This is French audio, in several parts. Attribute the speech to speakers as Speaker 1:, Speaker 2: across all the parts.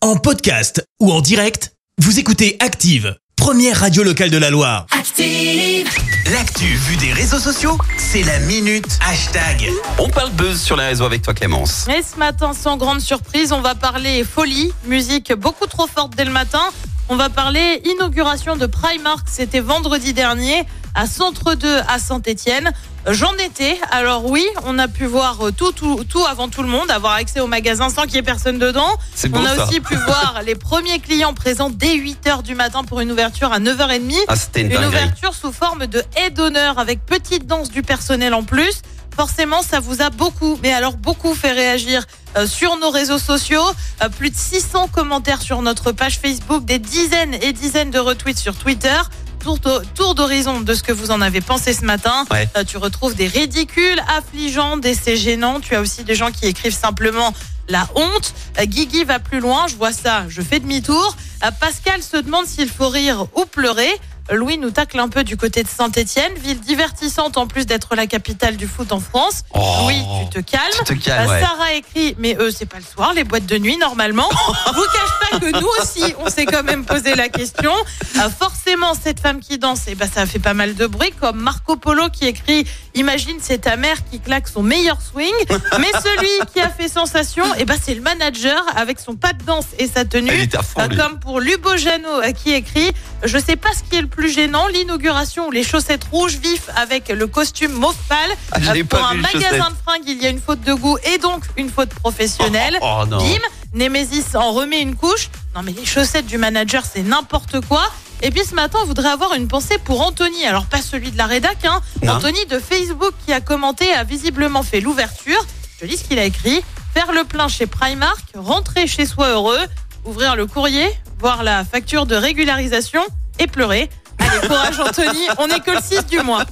Speaker 1: En podcast ou en direct, vous écoutez Active, première radio locale de la Loire.
Speaker 2: Active.
Speaker 3: L'actu vue des réseaux sociaux, c'est la minute hashtag. On parle buzz sur les réseaux avec toi Clémence.
Speaker 4: Mais ce matin, sans grande surprise, on va parler folie, musique beaucoup trop forte dès le matin. On va parler inauguration de Primark, c'était vendredi dernier à Centre 2 à Saint-Étienne. J'en étais, alors oui, on a pu voir tout, tout, tout avant tout le monde, avoir accès au magasin sans qu'il y ait personne dedans.
Speaker 3: C'est beau
Speaker 4: On a
Speaker 3: ça.
Speaker 4: aussi pu voir les premiers clients présents dès 8h du matin pour une ouverture à 9h30.
Speaker 3: Ah c'était une
Speaker 4: Une
Speaker 3: dinguerie.
Speaker 4: ouverture sous forme de haie d'honneur avec petite danse du personnel en plus. Forcément, ça vous a beaucoup, mais alors beaucoup fait réagir euh, sur nos réseaux sociaux. Euh, plus de 600 commentaires sur notre page Facebook, des dizaines et dizaines de retweets sur Twitter. Tour d'ho- Tour d'horizon de ce que vous en avez pensé ce matin.
Speaker 3: Ouais.
Speaker 4: Euh, tu retrouves des ridicules, affligeants, des c'est gênant. Tu as aussi des gens qui écrivent simplement la honte. Euh, Guigui va plus loin, je vois ça, je fais demi-tour. Euh, Pascal se demande s'il faut rire ou pleurer. Louis nous tacle un peu du côté de Saint-Étienne, ville divertissante en plus d'être la capitale du foot en France.
Speaker 3: Oh,
Speaker 4: Louis, tu te calmes.
Speaker 3: tu te calmes,
Speaker 4: Euh,
Speaker 3: ouais.
Speaker 4: Sarah écrit, mais eux, c'est pas le soir, les boîtes de nuit, normalement. Vous cache pas que nous aussi, on s'est quand même posé la question. Euh, forcément, cette femme qui danse, eh ben, ça a fait pas mal de bruit, comme Marco Polo qui écrit Imagine, c'est ta mère qui claque son meilleur swing. Mais celui qui a fait sensation, eh ben, c'est le manager avec son pas de danse et sa
Speaker 3: Elle
Speaker 4: tenue.
Speaker 3: était à fond
Speaker 4: Euh,
Speaker 3: lui.
Speaker 4: Comme pour Lubo Jano euh, qui écrit Je sais pas ce qui est le plus gênant, l'inauguration ou les chaussettes rouges vif avec le costume mauve pâle.
Speaker 3: Ah, je
Speaker 4: Euh,
Speaker 3: l'ai
Speaker 4: pour
Speaker 3: pas
Speaker 4: un
Speaker 3: vu les
Speaker 4: magasin
Speaker 3: chaussettes.
Speaker 4: de fringues, il y a une faute de goût et donc une faute professionnelle.
Speaker 3: Oh non.
Speaker 4: Bim, Nemesis en remet une couche. Non mais les chaussettes du manager, c'est n'importe quoi. Et puis ce matin, on voudrait avoir une pensée pour Anthony. Alors pas celui de la rédac, hein.
Speaker 3: Non.
Speaker 4: Anthony de Facebook qui a commenté a visiblement fait l'ouverture. Je te lis ce qu'il a écrit. Faire le plein chez Primark, rentrer chez soi heureux, ouvrir le courrier, voir la facture de régularisation et pleurer. Allez, courage Anthony, on est que le 6 du mois.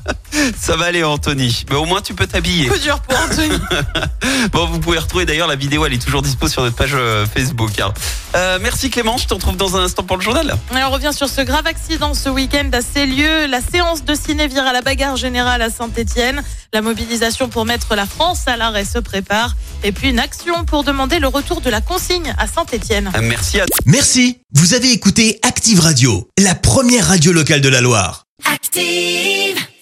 Speaker 3: Ça va aller Anthony. Mais au moins tu peux t'habiller.
Speaker 4: Coup dur pour Anthony.
Speaker 3: Bon vous pouvez retrouver d'ailleurs la vidéo, elle est toujours dispo sur notre page euh, Facebook. hein. Euh, merci Clémence, je te retrouve dans un instant pour le journal.
Speaker 4: Et on revient sur ce grave accident ce week-end à Célieu. La séance de ciné vire à la bagarre générale à Saint-Etienne. La mobilisation pour mettre la France à l'arrêt se prépare. Et puis une action pour demander le retour de la consigne à Saint-Etienne.
Speaker 3: Euh, Merci à
Speaker 1: Merci, vous avez écouté Active Radio, la première radio locale de la Loire.
Speaker 2: Active.